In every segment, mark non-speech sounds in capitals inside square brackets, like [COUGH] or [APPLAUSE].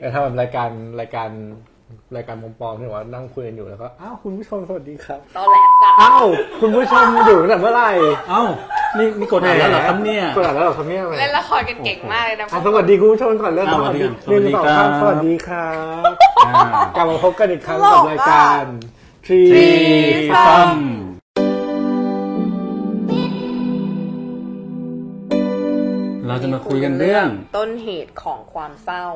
แต่ถ้าแบบรายการรายการรายการปลอมๆที่แบบว่านั่งคุยกันอยู่แล้วก็อ้าวคุณผู้ชมสวัสดีครับ ตอแหลสัตว์ อ้าวคุณผู้ชมอยู่ตั้งแต่เมื่อไหร่ เอ้า นี่นี่กดอ่านแล้วเหรอครับเนี่ย กดอ่านแล้วเหรอครับเนี่ย เล่นละครกันเก่งมากเลยนะ อ่ะสวัสดีคุณผู้ชมก่อนเริ่ม อ่ะสวัสดี หนึ่งสองสามส สวั วัส สดี ดีค ครั รับ อ่าก ลับมาพบกันอีกครั้งกับรายการทรี ซ้ำเราจะมาคุยกันเรื่อง ต้นเหตุของความเศร้า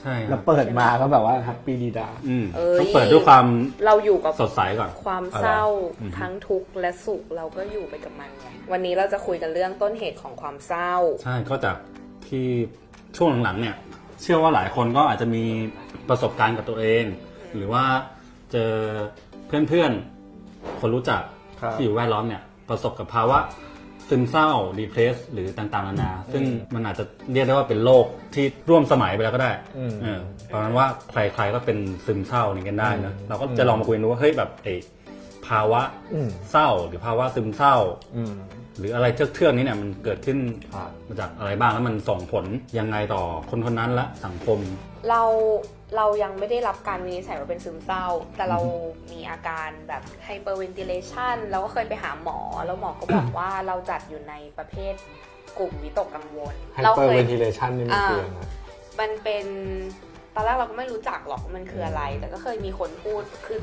ใช่ค แล้ รับ วเปิดมาก็แบบว่าแฮปปี้ดีดา อืม เอ้ย ต้องเปิดด้วยความ เราอยู่กับ สดใสก่อน ความ อะไร เศร้า อือฮึ ทั้งทุกข์และสุขเราก็อยู่ไปกับมันไงวันนี้เราจะคุยกันเรื่องต้นเหตุของความเศร้า ใช่ก็จากที่ช่วงหลังๆเนี่ย เชื่อว่าหลายคนก็อาจจะมีประสบการณ์กับตัวเอง หรือว่าเจอเพื่อนๆ คนรู้จัก ครับ ที่อยู่แวดล้อมเนี่ย ประสบกับภาวะซึมเศร้าดีเพรสหรือต่างๆนานา ซึ่งมันอาจจะเรียกได้ว่าเป็นโรคที่ร่วมสมัยไปแล้วก็ได้เออประมาณว่าใครๆก็เป็นซึมเศร้านี่กันได้นะเราก็จะลองมาคุยกันดูว่าเฮ้ยแบบไอ้ภาวะเศร้าหรือภาวะซึมเศร้า อืม หรืออะไรเทือกเทือกๆนี้เนี่ยมันเกิดขึ้น ครับ มาจากอะไรบ้างแล้วมันส่งผลยังไงต่อคนคนนั้นและสังคม เราเรายังไม่ได้รับการวินิจฉัยว่าเป็นซึมเศร้า แต่เรามีอาการแบบไฮเปอร์เวนติเลชันเราก็เคยไปหาหมอ แล้วหมอก็บอกว่าเราจัดอยู่ในประเภทกลุ่มวิตกกังวล ไฮเปอร์เวนทิเลชันนี่มันคืออะไรนะ มันเป็นตอนแรกเราก็ไม่รู้จักหรอกมันคืออะไร แต่ก็เคยมีคนพูดคือ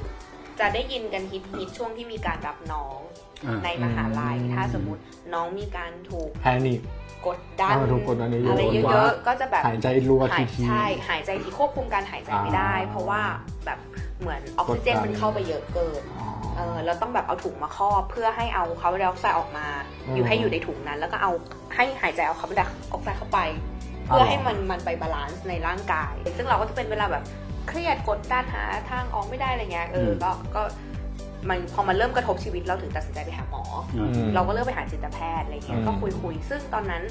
จะได้ยินกันฮิตฮิตช่วงที่มีการรับน้อง อ่า ในมหาลัยถ้าสมมติน้องมีการถูก แพนิค กดดัน ถ้ามันถูกกดดันเยอะๆ อะไร หรือ เย ว่า อะๆก็จะแบบ หายใจรัว หา ที ย ที ใช่หายใจที่ควบคุมการหายใจไม่ได้ อ่า เพราะว่าแบบเหมือนออกซิเจน กดดัน มันเข้าไปเยอะเกิน อ๋อ เออเราต้องแบบเอาถุงมาครอบ เพื่อให้เอาคาร์บอนไดออกไซด์ออกมา อืม อยู่ให้อยู่ในถุงนั้น แล้วก็เอาให้หายใจเอาคาร์บอนไดออกไซด์เข้าไป อ๋อ เพื่อให้มันมันไปบาลานซ์ในร่างกาย ซึ่งเราก็จะเป็นเวลาแบบเครียดกดดันหาทางออกไม่ได้อะไรเงี้ยเอออ ม ก็ก็มันพอมันเริ่มกระทบชีวิตเราถึงตัดสินใจไปหาหมอ อืม อืม เราก็เริ่มไปหาจิตแพทย์อะไรเงี้ย อืม ก็คุยคุยซึ่งตอนนั้น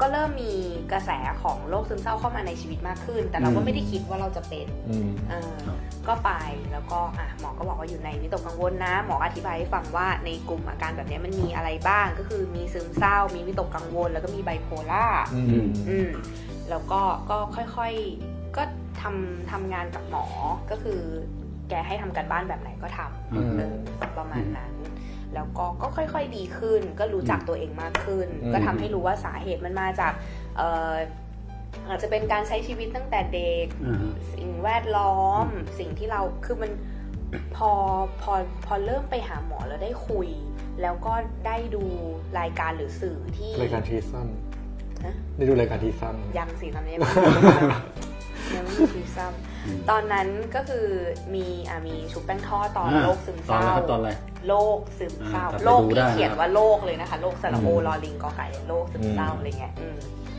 ก็เริ่มมีกระแสของโรคซึมเศร้าเข้ามาในชีวิตมากขึ้น แต่เราก็ อืม ไม่ได้คิดว่าเราจะเป็น อืม เออ ครับ ก็ไปแล้วก็อ่ะหมอก็บอกว่าอยู่ในวิตกกังวลนะ หมออธิบายให้ฟังว่าในกลุ่มอาการแบบเนี้ยมันมีอะไรบ้างก็คือมีซึมเศร้า มีวิตกกังวล แล้วก็มีไบโพล่า อืม อืมแล้วก็ก็ค่อยๆก็ทำทำงานกับหมอก็คือ แกให้ทำการบ้านแบบไหนก็ท อืม ำเออประมาณนั้น แล้วก็ก็ค่อยๆดีขึ้น ก็รู้จักตัวเองมากขึ้น อืม ก็ทำให้รู้ว่าสาเหตุมันมาจากเอ่ออาจจะเป็นการใช้ชีวิตตั้งแต่เด็ก อ่าฮะ สิ่งแวดล้อมสิ่งที่เราคือมันพอพอพอเริ่มไปหาหมอแล้วได้คุย แล้วก็ได้ดูรายการหรือสื่อที่ รายการทีซัม ฮะ ได้ดูรายการทีซัม ยังสิตอน [LAUGHS] นี้ยังไม่ยังไม่มีซีซัม อืม ตอนนั้นก็คือมีอ่ะมีชุบแป้งทอดตอนโรคซึมเศ ตอน ร้า อะไรครับตอนอะไร โรคซึมเศร้า อ่า โรค กลั ที่ บไปดูได้ เขียนว่าโรคเลยนะคะโรคสระโอ อืม ลอลิงกอไก่โรคซึมเศร้า อืม อะไรเงี้ยอืม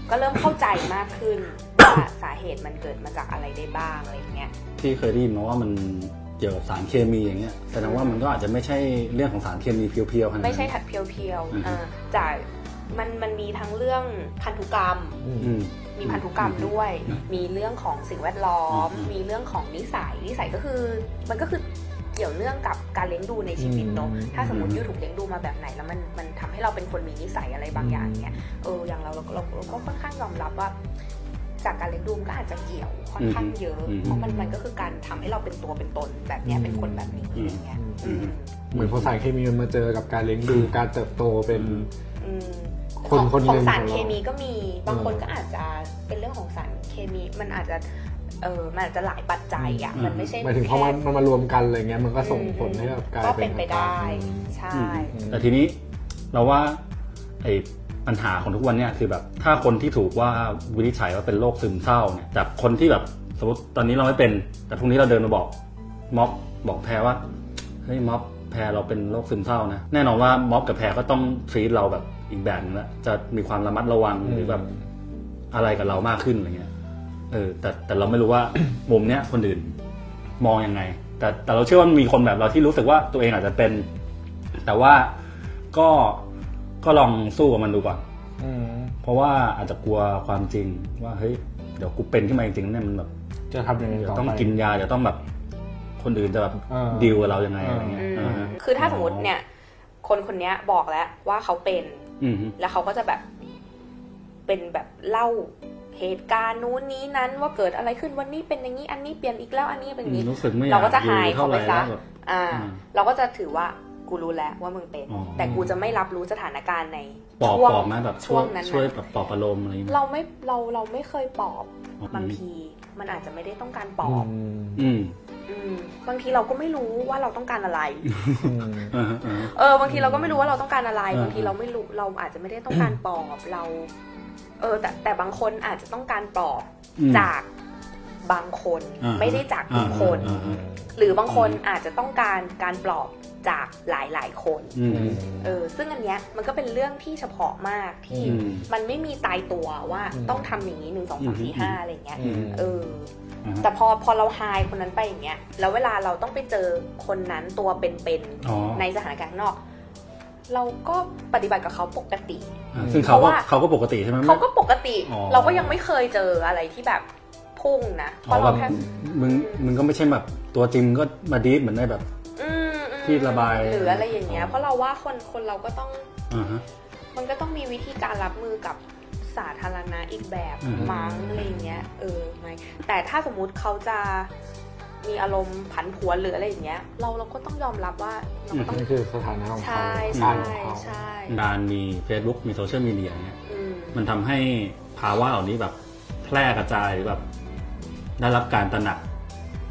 ก็เริ่มเข้าใจมากขึ้น ว่าสาเหตุมันเกิดมาจากอะไรได้บ้างอะไรเงี้ย ที่เคยได้ยินมาว่ามันเกี่ยวกับสารเคมีอย่างเงี้ยแสดงว่ามันก็อาจจะไม่ใช่เรื่องของสารเคมีเพียวๆขนาดนั้น ไม่ใช่ถัดเพียว อืม ๆอ่าจากมันมันมีทั้งเรื่องพันธุกรรม อืม มีพันธุกรรมด้วย อืม มีเรื่องของสิ่งแวดล้อม อืม มีเรื่องของนิสัย นิสัยก็คือ มันก็คือเกี่ยวเนื่องกับการเลี้ยงดูในชีวิตเนอะ อืม ถ้าสมมติยูถูกเลี้ยงดูมาแบบไหน แล้วมันมันทำให้เราเป็นคนมีนิสัยอะไรบางอย่างเนี้ย เออ อย่างเราเราเราเราก็ค่อนข้างยอมรับว่า จากการเลี้ยงดูมันก็อาจจะเกี่ยวค่อนข้างเยอะ อืม เพราะมันมันก็คือการทำให้เราเป็นตัวเป็นตนแบบเนี้ยเป็นคนแบบนี้ อื อะ ม ไรเงี้ยอืม เหมือนพอสารเคมีมันมาเจอกับการเลี้ยงดูการเติบโตเป็น อืม อืม คน ของ คนห ของ นึ่ง สาร ของเรา เคมีก็มี บางคนก็อาจจะเป็นเรื่องของสารเคมี มันอาจจะ เออมันอาจจะหลายปัจจัยอ่ะ อืม มันไม่ใช่ หมายถึงพอ แค่ มันมันมารวมกันอะไรเงี้ย มันก็ส่งผลให้แบบกลาย ก็ เป็ เป็น นไปได้ อืม ใช่ อืม อืม แต่ทีนี้เราว่าไอ้ปัญหาของทุกวันเนี่ยคือแบบถ้าคนที่ถูกว่าวินิจฉัยว่าเป็นโรคซึมเศร้าเนี่ยจากคนที่แบบสมมติตอนนี้เราไม่เป็น แต่พรุ่งนี้เราเดินมาบอกม็อบบอกแพรว่าเฮ้ยม็อบแพรเราเป็นโรคซึมเศร้านะแน่นอนว่าม็อบกับแพรก็ต้องทรีตเราแบบอีกแบบนึงละจะมีความระมัดระวังหรือแบบอะไรกับเรามากขึ้นอะไรเงี้ยเออแต่แต่เราไม่รู้ว่า มุมเนี้ยคนอื่นมองยังไง แต่แต่เราเชื่อว่ามีคนแบบเราที่รู้สึกว่าตัวเองอาจจะเป็น แต่ว่าก็ก็ลองสู้กับมันดูก่อน อืม เพราะว่าอาจจะกลัวความจริง ว่าเฮ้ยเดี๋ยวกูเป็นขึ้นมาจริงๆเนี่ยมันแบบ จะทำยังไง เดี๋ยว ต่อ ต้อง ไป กินยาเดี๋ยวต้องแบบ คนอื่นจะแบบ อ่า ดีลกับเรายังไงอะไรเงี้ย อืม อ่าฮะ คือถ้าสมมติเนี่ย คนคนเนี้ยบอกแล้วว่าเขาเป็น อืมฮึ แล้วเขาก็จะแบบ เป็นแบบเล่า เหตุการณ์นู้นนี้นั้นว่าเกิดอะไรขึ้นวันนี้เป็นอย่างนี้อันนี้เปลี่ยนอีกแล้วอันนี้เป็นอย่างนี้ รู้สึกไม่อยา เรา ก ก็จะ อ หาย ยู่ เขา เท่าไห ไป ร่ ซะ แล้วแบบ อ่า อืม เราก็จะถือว่ากูรู้แล้วว่ามึงเป็น อ๋อ แต่กูจะไม่รับรู้สถานการณ์ใน ปอบ ช่วง ปอบไหมแบบช่ ช่ ว วย งนั้น ช่วย นะ แบบปอบอารมณ์อะไรอย่างเงี้ย เราไม่เราเราไม่เคยปอบ อ๋อบ างทีมันอาจจะไม่ได้ต้องการป อ อบ ม อืม อืมบางทีเราก็ไม่รู้ว่าเราต้องการอะไร [LAUGHS] อืม อ่าฮะอ่าฮะ เออบางทีเราก็ไม่รู้ว่าเราต้องการอะไร อ่า บางทีเราไม่รู้เราอาจจะไม่ได้ต้องการปลอบ [COUGHS] เรา เออ แต่แต่บางคนอาจจะต้องการปลอบ อืม จากบางคน อ่า ไม่ได้จากทุกคน อ่า หรือบางคนอาจจะต้องการการปลอบจากหลายหลายๆคน อืม เออซึ่งอันเนี้ยมันก็เป็นเรื่องที่เฉพาะมากที่ อืม มันไม่มีตายตัวว่า อืม ต้องทำอย่างนี้หนึ่งสองสามสี่ อืม ห้าอะไรอย่างเงี้ย อืม เออ อ่าฮะ แต่พอพอเราหายคนนั้นไปอย่างเงี้ย แล้วเวลาเราต้องไปเจอคนนั้นตัวเป็น อ๋อ ๆในสถานการณ์ข้างนอก เราก็ปฏิบัติกับเขาปกติ อ่าซึ่งเขาก็ เพราะว่า เขาก็ปกติใช่ไหม เขาก็ปกติ อ๋อ เราก็ยังไม่เคยเจออะไรที่แบบพุ่งนะเพ อ๋อ ราะ แบ เรา บ แค่ มึงมึงก็ไม่ใช่แบบตัวจริงก็มาดีฟเหมือนได้แบบ อืมอืม ที่ระบาย หรืออะไรอย่างเงี้ย เพราะเราว่าคนคนเราก็ต้อง อ่าฮะ มันก็ต้องมีวิธีการรับมือกับสาธารณะอีกแบบ อืม มั้งอะไรเงี้ยเออไหมแต่ถ้าสมมุติเขาจะมีอารมณ์ผันผวนหรืออะไรอย่างเงี้ย เราเราก็ต้องยอมรับว่าเราก็ต้อง นี่คือสถานะของเขา ใช่ บ้า ใช่ นของเขา ใช่ การมี Facebook มีโซเชียลมีเดียเนี่ย อืม มันทำให้ภาวะเหล่านี้แบบแพร่กระจายหรือแบบได้รับการตระหนัก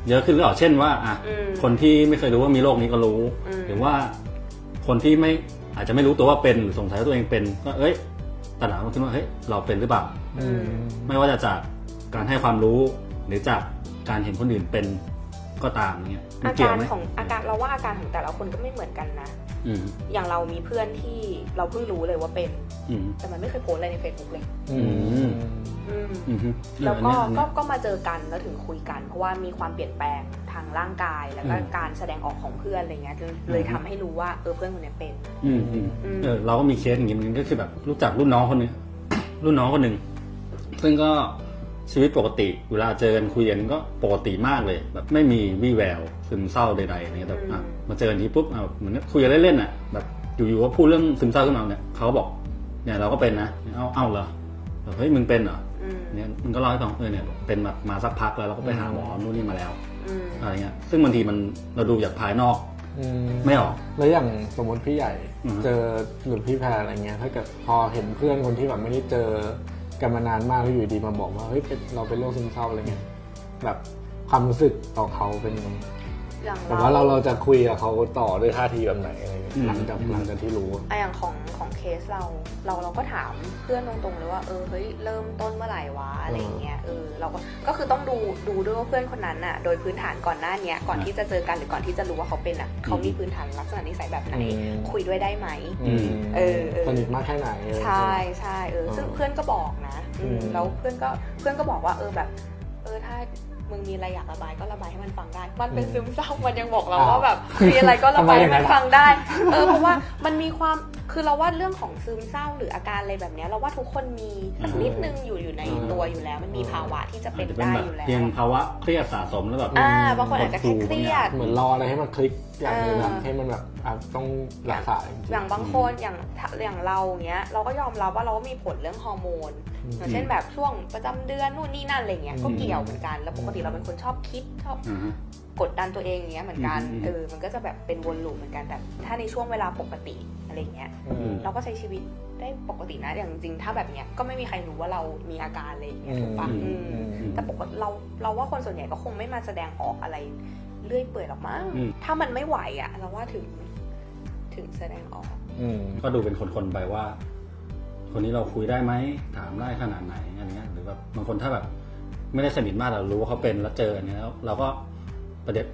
เยอะขึ้นหรือเปล่าเช่นว่าอ่ะ อืม คนที่ไม่เคยรู้ว่ามีโรคนี้ก็รู้ อืม หรือว่าคนที่ไม่อาจจะไม่รู้ตัวว่าเป็นหรือสงสัยว่าตัวเองเป็น ก็เอ้ยตระหนักขึ้นว่าเฮ้ยเราเป็นหรือเปล่า อืม ไม่ว่าจะจากการให้ความรู้ หรือจากการเห็นคนอื่นเป็นก็ตามเนี่ยมั อาน เกี่ย กาว ร ไหม ของอาการเราว่าอาการของแต่ละคนก็ไม่เหมือนกันนะ อืม อย่างเรามีเพื่อนที่เราเพิ่งรู้เลยว่าเป็น อืม แต่มันไม่เคยโพสต์อะไรใน Facebook เลย อืม อืม อืมฮึ แล้วก็ เอออันเนี้ยอันเนี้ ก็ ย ก็มาเจอกันแล้วถึงคุยกัน เพราะว่ามีความเปลี่ยนแปลงทางร่างกายแล้วก็ อืม การแสดงออกของเพื่อนอะไรเงี้ยเลยเลย อืม ทำให้รู้ว่าเออเพื่อนคนเนี้ยเป็น อืมอืม อืม เออเราก็มีเคสอย่างงี้เหมอนกันก็คือแบบรู้จักรุ่นน้องคนหนึง รุ่นน้องคนหนึ่งซึ่งก็ชีวิตปกติเวลาเจอกันคุยกันก็ปกติมากเลย แบบไม่มีวี่แววซึมเศร้าใดๆอะไรเงี้ยแต่อ่ะมาเจอกันทีปุ๊บอ่ะเหมือนคุยกันเล่นๆอ่ะแบบอยู่ๆก็พูดเรื่องซึมเศร้าขึ้นมาเนี่ยเขาก็บอกเนี่ยเราก็เป็นนะเอ้าเอ้าเหรอแบบเฮ้ยมึงเป็นเหรอ อืม เนี่ยมันก็เล่าให้ฟังเออเนี่ยเป็นแบบมาสักพักแล้วเราก็ไปหาหมอนู่นนี่มาแล้ว อืม อะไรเงี้ยซึ่งบางทีมันเราดูจากภายนอก อืม ไม่ออก แล้วอย่างสมมติพี่ใหญ่ อืม เจอหรือพี่แพรอะไรเงี้ย ถ้าเกิดพอเห็นเพื่อนคนที่แบบไม่ได้เจอกันมานานมากแล้วอยู่ดีมาบอกว่าเฮ้ยเป็นเราเป็นโรคซึมเศร้าอะไรเงี้ยแบบความรู้สึกต่อเขาเป็นยังไง อย่าง แต่ว่าเรา เรา เราจะคุยกับเขาต่อด้วยท่าทีแบบไหนอะไรเงี้ยหลังจากหลังจากที่รู้ อะอย่างของของเคสเรา เราเราก็ถามเพื่อนตรงๆเลยว่าเออเฮ้ยเริ่มต้นเมื่อไหร่วะอะไรเงี้ยเออเราก็ก็คือต้องดูดูด้วยว่าเพื่อนคนนั้นอะโดยพื้นฐานก่อนหน้าเนี้ยก่อนที่จะเจอกันหรือก่อนที่จะรู้ว่าเขาเป็นอะเขามีพื้นฐานลักษณะนิสัยแบบไหน อืม คุยด้วยได้ไหม อืม เออเออ สนิทมากแค่ไหนอะไรเงี้ย ใช่ใช่เออ เออ ซึ่งเพื่อนก็บอกนะอืม อืม แล้วเพื่อนก็เพื่อนก็บอกว่าเออแบบ เออถ้ามึงมีอะไรอยากระบายก็ระบายให้มันฟังได้ มันเป็นซึมเศร้ามันยังบอกเราว่าแบบมีอะไรก็ระบายให้มันฟังได้ เออเพราะว่ามันมีความคือเราว่าเรื่องของซึมเศร้าหรืออาการอะไรแบบเนี้ยเราว่าทุกคนมีสักนิดนึงอยู่อยู่ในตัวอยู่แล้ว มันมีภาวะที่จะ อา เป็ จ น จะเป็น ได้ แบบ อยู่แล้ว เพียงภาวะเครียดสะสมแล้วแบบ อ่าบางคนอาจจะแค่เครียด เหมือนรออะไรให้มันคลิกอย่างหนึงแบบ เออ ให้มันแบบอ่ะต้องรักษาจริงๆ อย่างบางคนอย่างถ้าอย่างเราเงี้ยเราก็ยอมรับว่าเราก็มีผลเรื่องฮอร์โมน อืม อย่างเช่นแบบช่วงประจำเดือนนู่นนี่นั่นอะไรเงี้ย อืม ก็เกี่ยวเหมือนกันแล้วปกติเราเป็นคนชอบคิดชอบ อ่าฮะ กดดันตัวเองอย่างเงี้ยเหมือนกัน อืม เออมันก็จะแบบเป็นวนลูปเหมือนกันแต่ถ้าในช่วงเวลาปกติอะไรเงี้ย อืม เราก็ใช้ชีวิตได้ปกตินะอย่างจริงๆถ้าแบบเนี้ยก็ไม่มีใครรู้ว่าเรามีอาการอะไรอย่างเงี้ยถูกปะ อืม อืม อืม แต่ปกติเราเราว่าคนส่วนใหญ่ก็คงไม่มาแสดงออกอะไรเรื่อยเปื่อยหรอกมั้ง อืม ถ้ามันไม่ไหวอะเราว่าถึงถึงแสดงออก อืม ก็ดูเป็นคนๆไปว่า คนนี้เราคุยได้ไหมถามได้ขนาดไหนอะไรเงี้ยหรือแบบบางคนถ้าแบบ ไม่ได้สนิทมากแต่รู้ว่าเขาเป็นแล้วเจออย่างเงี้ยแล้วเราก็ปฏิบัติ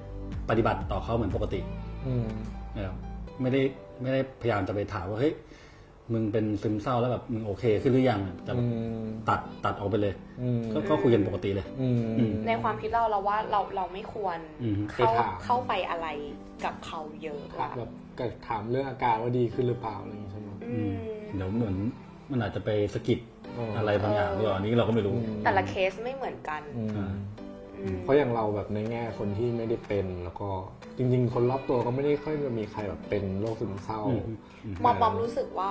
ปฏิบัติต่อเขาเหมือนปกติ อืม นะครับไม่ได้ไม่ได้พยายามจะไปถามว่าเฮ้ยมึงเป็นซึมเศร้าแล้วแบบมึงโอเคขึ้นหรือยังแต่ อืม ตัดตัดออกไปเลย อืม ก็ก็คุยกันปกติเลย อืม อืม ในความคิดเราเราว่าเราเราไม่ควร อือฮึ เข้า ไปถาม เข้าไปอะไรกับเขาเยอะอะ แบบก็ถามเรื่องอาการว่าดีขึ้นหรือเปล่าอะไรอย่างงี้ใช่ไหม อื อืม ม เดี๋ยวเหมือนมันอาจจะไปสะกิด เออ อะไรบางอย่างหรือเปล่าอันนี้เราก็ไม่รู้ แต่ละเคสไม่เหมือนกัน อืม อ่า อืม เพราะอย่างเราแบบในแง่คนที่ไม่ได้เป็นแล้วก็ จริง ๆ คนรอบตัวก็ไม่ได้ค่อยจะมีใครแบบเป็นโรคซึมเศร้า อืมอืม มอมมอมรู้สึกว่า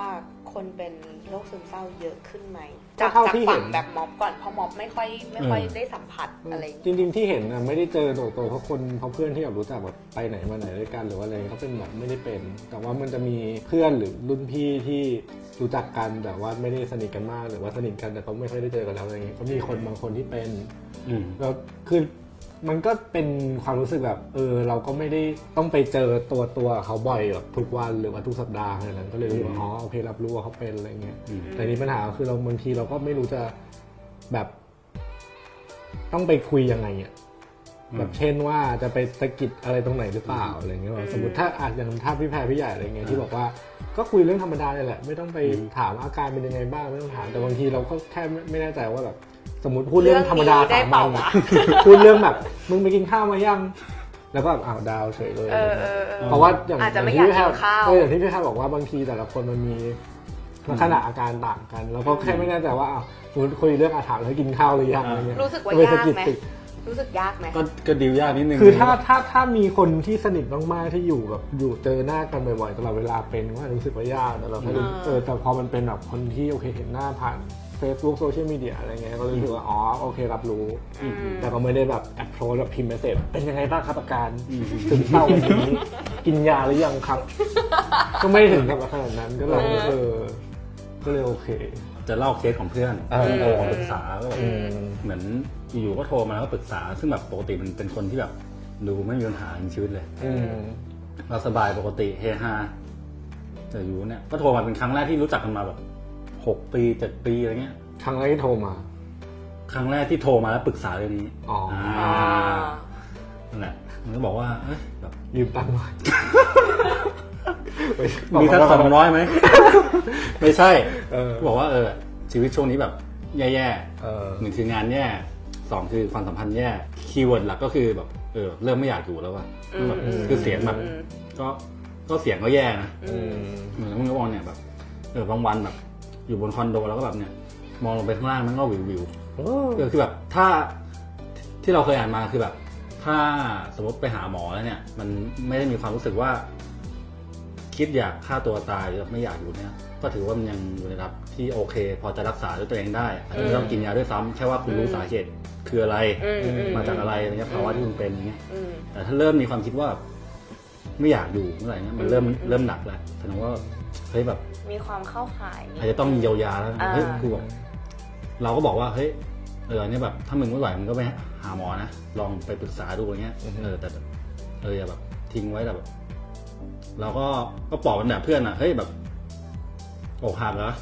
คนเป็นโรคซึมเศร้าเยอะขึ้นไหม ก็ จาก เท่า จาก ที่ ฝั่ง เห็น แบบมอบก่อนเพราะมอบไม่ค่อยไม่ค่อย อืม ได้สัมผัสอะไรอย่าง จ เงี้ย ริงๆที่เห็นนะไม่ได้เจอตัวตัวเพราะคนเพราะเพื่อนที่แบบรู้จักแบบไปไหนมาไหนด้วยกันหรือว่าอะไรเขาเป็นแบบไม่ได้เป็น แต่ว่ามันจะมีเพื่อนหรือรุ่นพี่ที่รู้จักกันแต่ว่าไม่ได้สนิทกันมากหรือว่าสนิทกันแต่เขาไม่ค่อยได้เจอกันแล้วอะไรอย่างเงี้ยก็มีคนบางคนที่เป็น อืม แล้วคือมันก็เป็นความรู้สึกแบบ เออ เราก็ไม่ได้ต้องไปเจอตัวตัวเขาบ่อยแบบทุกวันหรือว่าทุกสัปดาห์อะไรนั้นก็เลยรู้ว่า อืม อ๋อโอเครับรู้ว่าเขาเป็นอะไรเงี้ย อืม แต่นี่ปัญหาคือเราบางทีเราก็ไม่รู้จะแบบ ต้องไปคุยยังไงอ่ะ อืม แบบเช่นว่าจะไปสะกิดอะไรตรงไหนหรือเปล่าอะไรเงี้ยแบบสมมติถ้าอาจอย่างถ้าพี่แพรพี่ใหญ่อะไรเงี้ยที่บอกว่าก็คุยเรื่องธรรมดาเนี่ยแหละ ไม่ต้องไป อืม ถามอาการเป็นยังไงบ้างไม่ต้องถามแต่บางทีเราก็แค่ไม่ไม่แน่ใจว่าแบบ สมมติพูดเรื่องธรรมดา ได้ สา เป มั ล่า ญ วะ อะ [LAUGHS] พูดเรื่องแบบมึงไปกินข้าวมายังแล้วก็แบบอ้าวดาวเฉยเลย เออเออเออ เพราะว่าอย่าง อาจจะไม่ ย่งที่ อยาพี่แพรกกินข้าว เอออย่างที่พี่แพรบอกว่าบางทีแต่ละคนมันมีลักษณะอาการต่างกัน แล้วก็แค่ไม่แน่ใจว่าอ้าวสมมติคุยเรื่องอาถรรพ์แล้วกินข้าวหรือยังอะไรเงี้ย รู้สึกว่า จะไป ยาก สะด ไหม ติด รู้สึกยากไหม ก็ก็ดิวยากนิดนึง คือถ้าถ้าถ้ามีคนที่สนิทมากๆที่อยู่แบบอยู่เจอหน้ากันบ่อยๆตลอดเวลาเป็นก็อาจจะรู้สึกว่ายากแต่เราแค่รู้เออแต่พอมันเป็นแบบคนที่โอเคเห็นหน้าผ่าน Facebook โซเชียลมีเดียอะไรเงี้ยก็รู้สึกว่าอ๋อโอเครับรู้ อืม แต่ก็ไม่ได้แบบแอปโพสแบบพิมพ์เมสเซจเป็นยังไงบ้างครับอา [LAUGHS] การ อืม ถึงเศร้าแบบนี้ กินยาหรือยังครับ ก็ไม่ถึงกับขนาดนั้นก็เลยเออก็เลยโอเค จะเล่าเคสของเพื่อน เออ โทรมาปรึกษาก็แบบ อืม เหมือนอยู่ๆก็โทรมาแล้วก็ปรึกษา ซึ่งแบบปกติมันเป็นคนที่แบบ ดูไม่มีปัญหาในชีวิตเลย อืม เราสบายปกติเฮฮาแต่อยู่เนี่ยก็โทรมาเป็นครั้งแรกที่รู้จักกันมาแบบหกปีเจ็ดปีอะไรเงี้ย ครั้งแรกที่โทรมา ครั้งแรกที่โทรมาแล้วปรึกษาเรื่องนี้ อ๋ออ่ อ่า นั่นแหละมันก็บอกว่าเอ้ยแบบ ยืมตัง [LAUGHS] ค์หน่อย มีสักสองร้อย [LAUGHS] ไหม ไม่ใช่ เออ บอกว่าเออ ชีวิตช่วงนี้แบบ แย่ เออ ๆหนึ่งคืองานแย่สองคือความสัมพันธ์แย่คีย์เวิร์ดหลักก็คือแบบเออเริ่มไม่อยากอยู่แล้วว่ะแบบ อืม คือเสียงแบบ อืม ก็ก็เสียงก็แย่นะ อืม เหมือนน้องนิวออนเนี่ยแบบเออบางวันแบบ อยู่บนคอนโดแล้วก็แบบเนี่ย มองลงไปข้างล่างมันก็วิววิว โอ้ ๆเออคือแบบถ้าที่ที่เราเคยอ่านมาคือแบบ ถ้าสมมติไปหาหมอแล้วเนี่ย มันไม่ได้มีความรู้สึกว่า คิดอยากฆ่าตัวตายหรือไม่อยากอยู่เนี่ย ก็ถือว่ามันยังอยู่ในระดับที่โอเค พอจะรักษาด้วยตัวเองได้อาจจะไม่ต้องกินยาด้วยซ้ำแค่ว่าคุณรู้สาเหตุคืออะไร อืมอืม มาจากอะไรอะไรเงี้ยภาวะที่คุณเป็นอย่างเงี้ย อืม แต่ถ้าเริ่มมีความคิดว่า ไม่อยากอยู่เมื่อไหร่เนี่ยมันเริ่ม อืม เริ่มหนักแล้วแสดงว่าเฮ้ยแบบ มีความเข้าข่าย อาจจะต้องเยียวยาแล้วนะ อ่า เฮ้ยคือแบบเราก็บอกว่าเฮ้ยเออเนี่ยแบบ ถ้ามึงไม่ไหวมึงก็ไปหาหมอนะลองไปปรึกษาดูอะไรเงี้ยเออแต่เอออย่าแบบ ทิ้งไว้แต่แบบเราก็ก็ปลอบมันแบบเพื่อนอ่ะเฮ้ยแบบอกหักเหรอ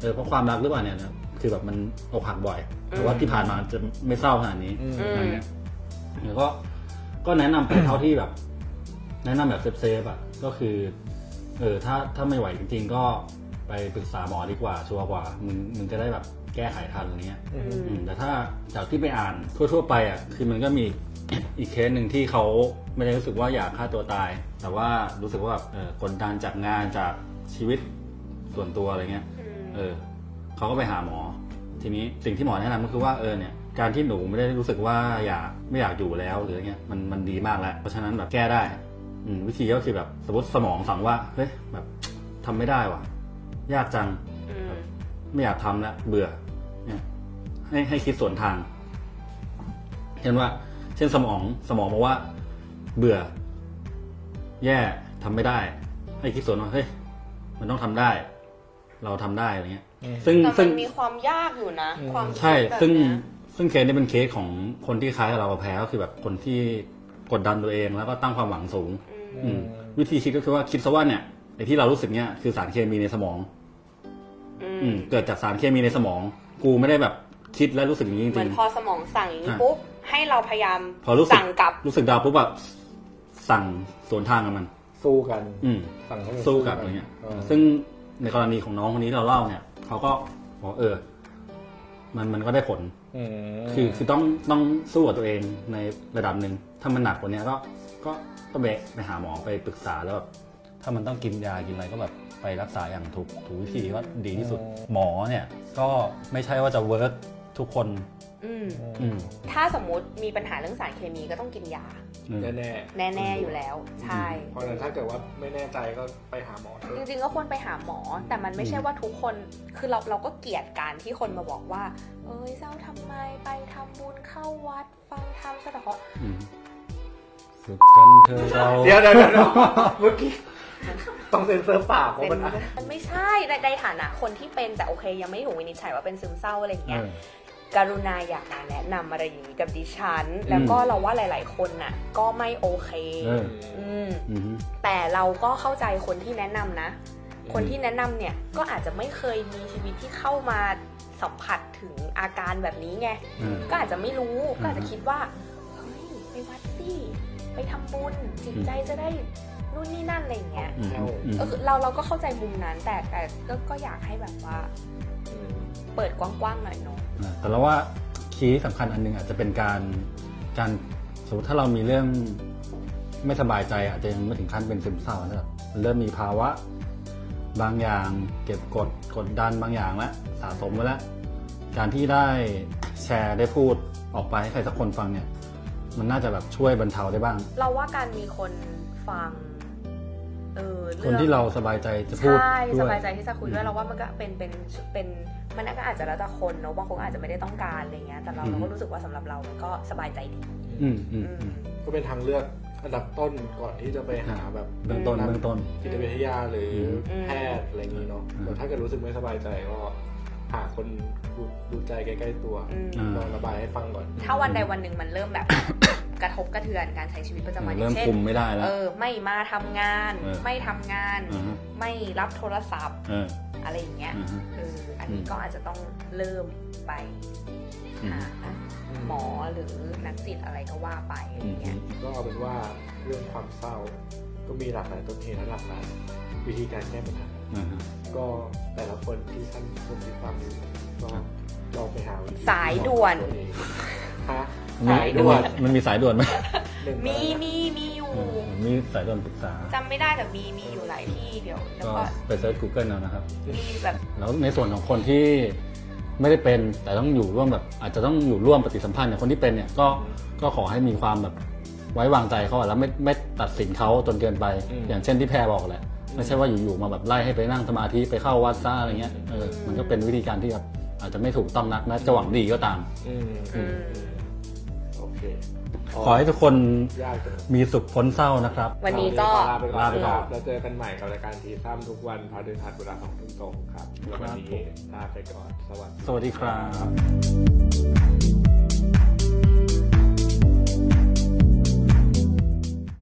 เออเพราะความรักหรือเปล่าเนี่ยนะคือแบบมันอกหักบ่อย แต่ว่าที่ผ่านมาจะไม่เศร้าขนาดนี้ อืม อื อะ ม ไรเงี้ยแล้วก็ก็แนะนำไป เท่าที่แบบ แนะนำแบบเซฟๆอ่ะก็คือ เออ ถ้าถ้าไม่ไหวจริงๆ ก็ไปปรึกษาหมอดีกว่า ชัวร์กว่ามึงมึงจะได้แบบแก้ไขทันอะไรเงี้ย อืม อืมแต่ถ้าจากที่ไปอ่านทั่วๆไปอ่ะคือมันก็มี [COUGHS] อีกเคสหนึ่งที่เขาไม่ได้รู้สึกว่าอยากฆ่าตัวตาย แต่ว่ารู้สึกว่าแบบเออกดดันจากงานจากชีวิตส่วนตัวอะไรเงี้ย อืม เออเขาก็ไปหาหมอ ทีนี้สิ่งที่หมอแนะนำก็คือว่าเออเนี่ยการที่หนูไม่ได้รู้สึกว่าอยากไม่อยากอยู่แล้วหรืออะไรเงี้ยมันมันดีมากแล้ว เพราะฉะนั้นแบบแก้ได้อืมวิธีก็คือแบบสมมติสมองสั่งว่าเฮ้ยแบบทำไม่ได้ว่ะ ยากจัง อืม ไม่อยากทำแล้วเบื่อเนี่ยให้ให้คิดส่วนทาง เช่นว่า เช่นสมองสมองบอกว่า เบื่อ แย่ทำไม่ได้ ให้คิดส่วนว่าเฮ้ยมันต้องทำได้ เราทำได้อะไรเงี้ย อืม ซึ่ง แต่มั ซึ่ง นมีความยากอยู่นะ อืม ความ ใช่ คิดแบบ ซึ่ง เนี้ย ซึ่งเคสนี้เป็นเคสของคนที่คล้ายกับเรากับแพ้ก็คือแบบคนที่กดดันตัวเองแล้วก็ตั้งความหวังสูง อืม อืมวิธีคิดก็คือว่าคิดซะว่าเนี่ยไอ้ที่เรารู้สึกเนี่ยคือสารเคมีในสมอง อื อื ม มเกิดจากสารเคมีในสมอง กูไม่ได้แบบคิดและรู้สึกอย่างนี้จ เหมื ริ อน ง พอสมองสั่งอย่างนี้ อ่ะ ปุ๊บ ให้เราพยายาม พอรู้สึก สั่งกลับ ๆรู้สึกดาวปุ๊บแบบสั่งสวนทางกับมัน สู้กัน อืม สั่งให้มัน สู้กลับอะไรเงี้ย ออ ซึ่งในกรณีของน้องคนนี้ที่เราเล่าเนี่ยเขาก็บอกเออ มันมันก็ได้ผล คือคือต้องต้องสู้กับตัวเองในระดับหนึ่งถ้ามันหนักกว่านี้ก็ก็ก็ไปไปหาหมอไปปรึกษาแล้วแบบถ้ามันต้องกินยากินอะไรก็แบบไปรักษาอย่างถูกถูกวิธีก็ดีที่สุด อ๋อ หมอเนี่ยก็ไม่ใช่ว่าจะเวิร์กทุกคน อืม อืม ถ้าสมมติมีปัญหาเรื่องสารเคมีก็ต้องกินยา อืม แน่ แน่ๆอยู่แล้ว ใช่ ๆเพราะฉะนั้นถ้าเกิดว่าไม่แน่ใจก็ไปหาหมอเถ จ อะ ริงๆก็ควรไปหาหมอ แต่มันไม่ใช่ อืม ว่าทุกคน คือเราเราก็เกลียดการที่คนมาบอกว่า เอ้ยเศร้าทำไมไปทำบุญเข้าวัด ฟังธรรมสะเดาะ อืมสุดกันเธอเรา เดี๋ยวเดี๋ยวเดี๋ยวเดี๋ยวเมื่อกี้ต้องเซ็นเซอร์ปากเพราะ เป็น มันอ่ะ มันไม่ใช่ในในฐานะคนที่เป็นแต่โอเค ยังไม่ถูกวินิจฉัยว่าเป็นซึมเศร้าอะไรอย่าง เอ เงี้ย อ กรุณาอย่ามาแนะนำอะไรอย่างนี้กับดิฉัน แล้วก็ อืม เราว่าหลาย ๆ คนน่ะ ก็ไม่โอเค เออ อืม อืม แต่เราก็เข้าใจคนที่แนะนำนะ คนที่แนะนำเนี่ยก็อาจจะไม่เคยมีชีวิตที่เข้ามาสัมผัสถึงอาการแบบนี้ไง อืม ก็อาจจะไม่รู้ อืม ก็อาจจะคิดว่าเฮ้ยไปวัดสิไปทำบุญจิตใจจะได้นู่นนี่นั่นอะไรอย่างเงี้ย อืมอืม เออเราเราก็เข้าใจมุมนั้นแต่แต่ก็ก็อยากให้แบบว่าเปิดกว้างๆหน่อยเนาะ อ่ะแต่เราว่าคีย์สำคัญอันหนึงอาจจะเป็นการการสมมติถ้าเรามีเรื่องไม่สบายใจ อาจจะยังไม่ถึงขั้นเป็นซึมเศร้านะครับมันเริ่มมีภาวะ บางอย่างเก็บกดกดดันบางอย่างแล้วสะสมไว้แล้วการที่ได้แชร์ได้พูดออกไปให้ใครสักคนฟังเนี่ย มันน่าจะแบบช่วยบรรเทาได้บ้าง เราว่าการมีคนฟังเออ ค เรื่ น อง ที่เราสบายใจจะพูด ใช่ ด้ ส วย บายใจที่จะคุยด้วยอืม เราว่ามันก็เป็นเป็นเป็นมันก็อาจจะแล้วแต่คนเนอะบางคนอาจจะไม่ได้ต้องการอะไรเงี้ยแต่เรา อืม เราก็รู้สึกว่าสำหรับเรามันก็สบายใจดี อืมอืม อื อื ม ม ก็เป็นทางเลือกอันดับต้นก่อนที่จะไปหาแบบ เบื้องต้นเบื้องต้น จิตวิทยาหรืออ ม แพทย์อะไรอย่างนี้เนาะ อืม แต่ถ้าเกิดรู้สึกไม่สบายใจก็หาคนดูดูใจใกล้ๆตัว อืม อ่า ลองระบายให้ฟังก่อน ถ้าวันใดวันหนึ่งมันเริ่มแบบ [COUGHS] กระทบกระเทือนการใช้ชีวิตประจำวันอ เริ่ ย่าม งเช่น คุมไม่ได้แล้ว เออไม่มาทำงาน เออ ไม่ทำงาน อ่าฮะ ไม่รับโทรศัพท์ เออ อะไรอย่างเงี้ย อ่าฮะ เอออันนี้ อืม ก็อาจจะต้องเริ่มไป อืม หาหมอหรือนักจิตอะไรก็ว่าไปอะไรเงี้ย ก็เอาเป็นว่าเรื่องความเศร้า ก็มีหลากหลายต้นเหตุและหลากหลายวิธีการแก้ปัญหา อ่าฮะ ก็แต่ละคนที่ท่านคนที่ฟังอยู่ก็ลองไปหาวิธี สายด่วน ตัวเองฮะ มันมี สายด่วน มันมีสายด่วนไหม หนึ่ง มีมีมีอยู่ เออมันมีสายด่วนปรึกษา จำไม่ได้แต่มีมีอยู่หลายที่เดี๋ยว แล้ว ก็ ก็ ไปเซิร์ช Google เอานะครับ มีแบบ แล้วในส่วนของคนที่ไม่ได้เป็นแต่ต้องอยู่ร่วมแบบ อาจจะต้องอยู่ร่วมปฏิสัมพันธ์กับคนที่เป็นเนี่ยก็ก็ขอให้มีความแบบไว้วางใจเขาอะแล้วไม่ไม่ตัดสินเขาจนเกินไป อย่างเช่นที่แพรบอกแหละไม่ใช่ว่าอยู่ๆมาแบบไล่ให้ไปนั่งสมาธิไปเข้าวัดซ่าอะไรเงี้ยเออมันก็เป็นวิธีการที่แบบอาจจะไม่ถูกต้องนักแม้จะหวังดีก็ตาม อืม อืม อืมโอเค ขอให้ทุกคน ยากจัง มีสุขพ้นเศร้านะครับ วันนี้ก็ ลาไปก่อน ลาไปก่อน ครับแล้วเจอกันใหม่กับรายการทีซ้ำทุกวันพฤหัสเวลาสองทุ่มตรงครับ แล้ววัน ครับผ นี้ ม ลาไปก่อน สวัสดี สวัสดีครับ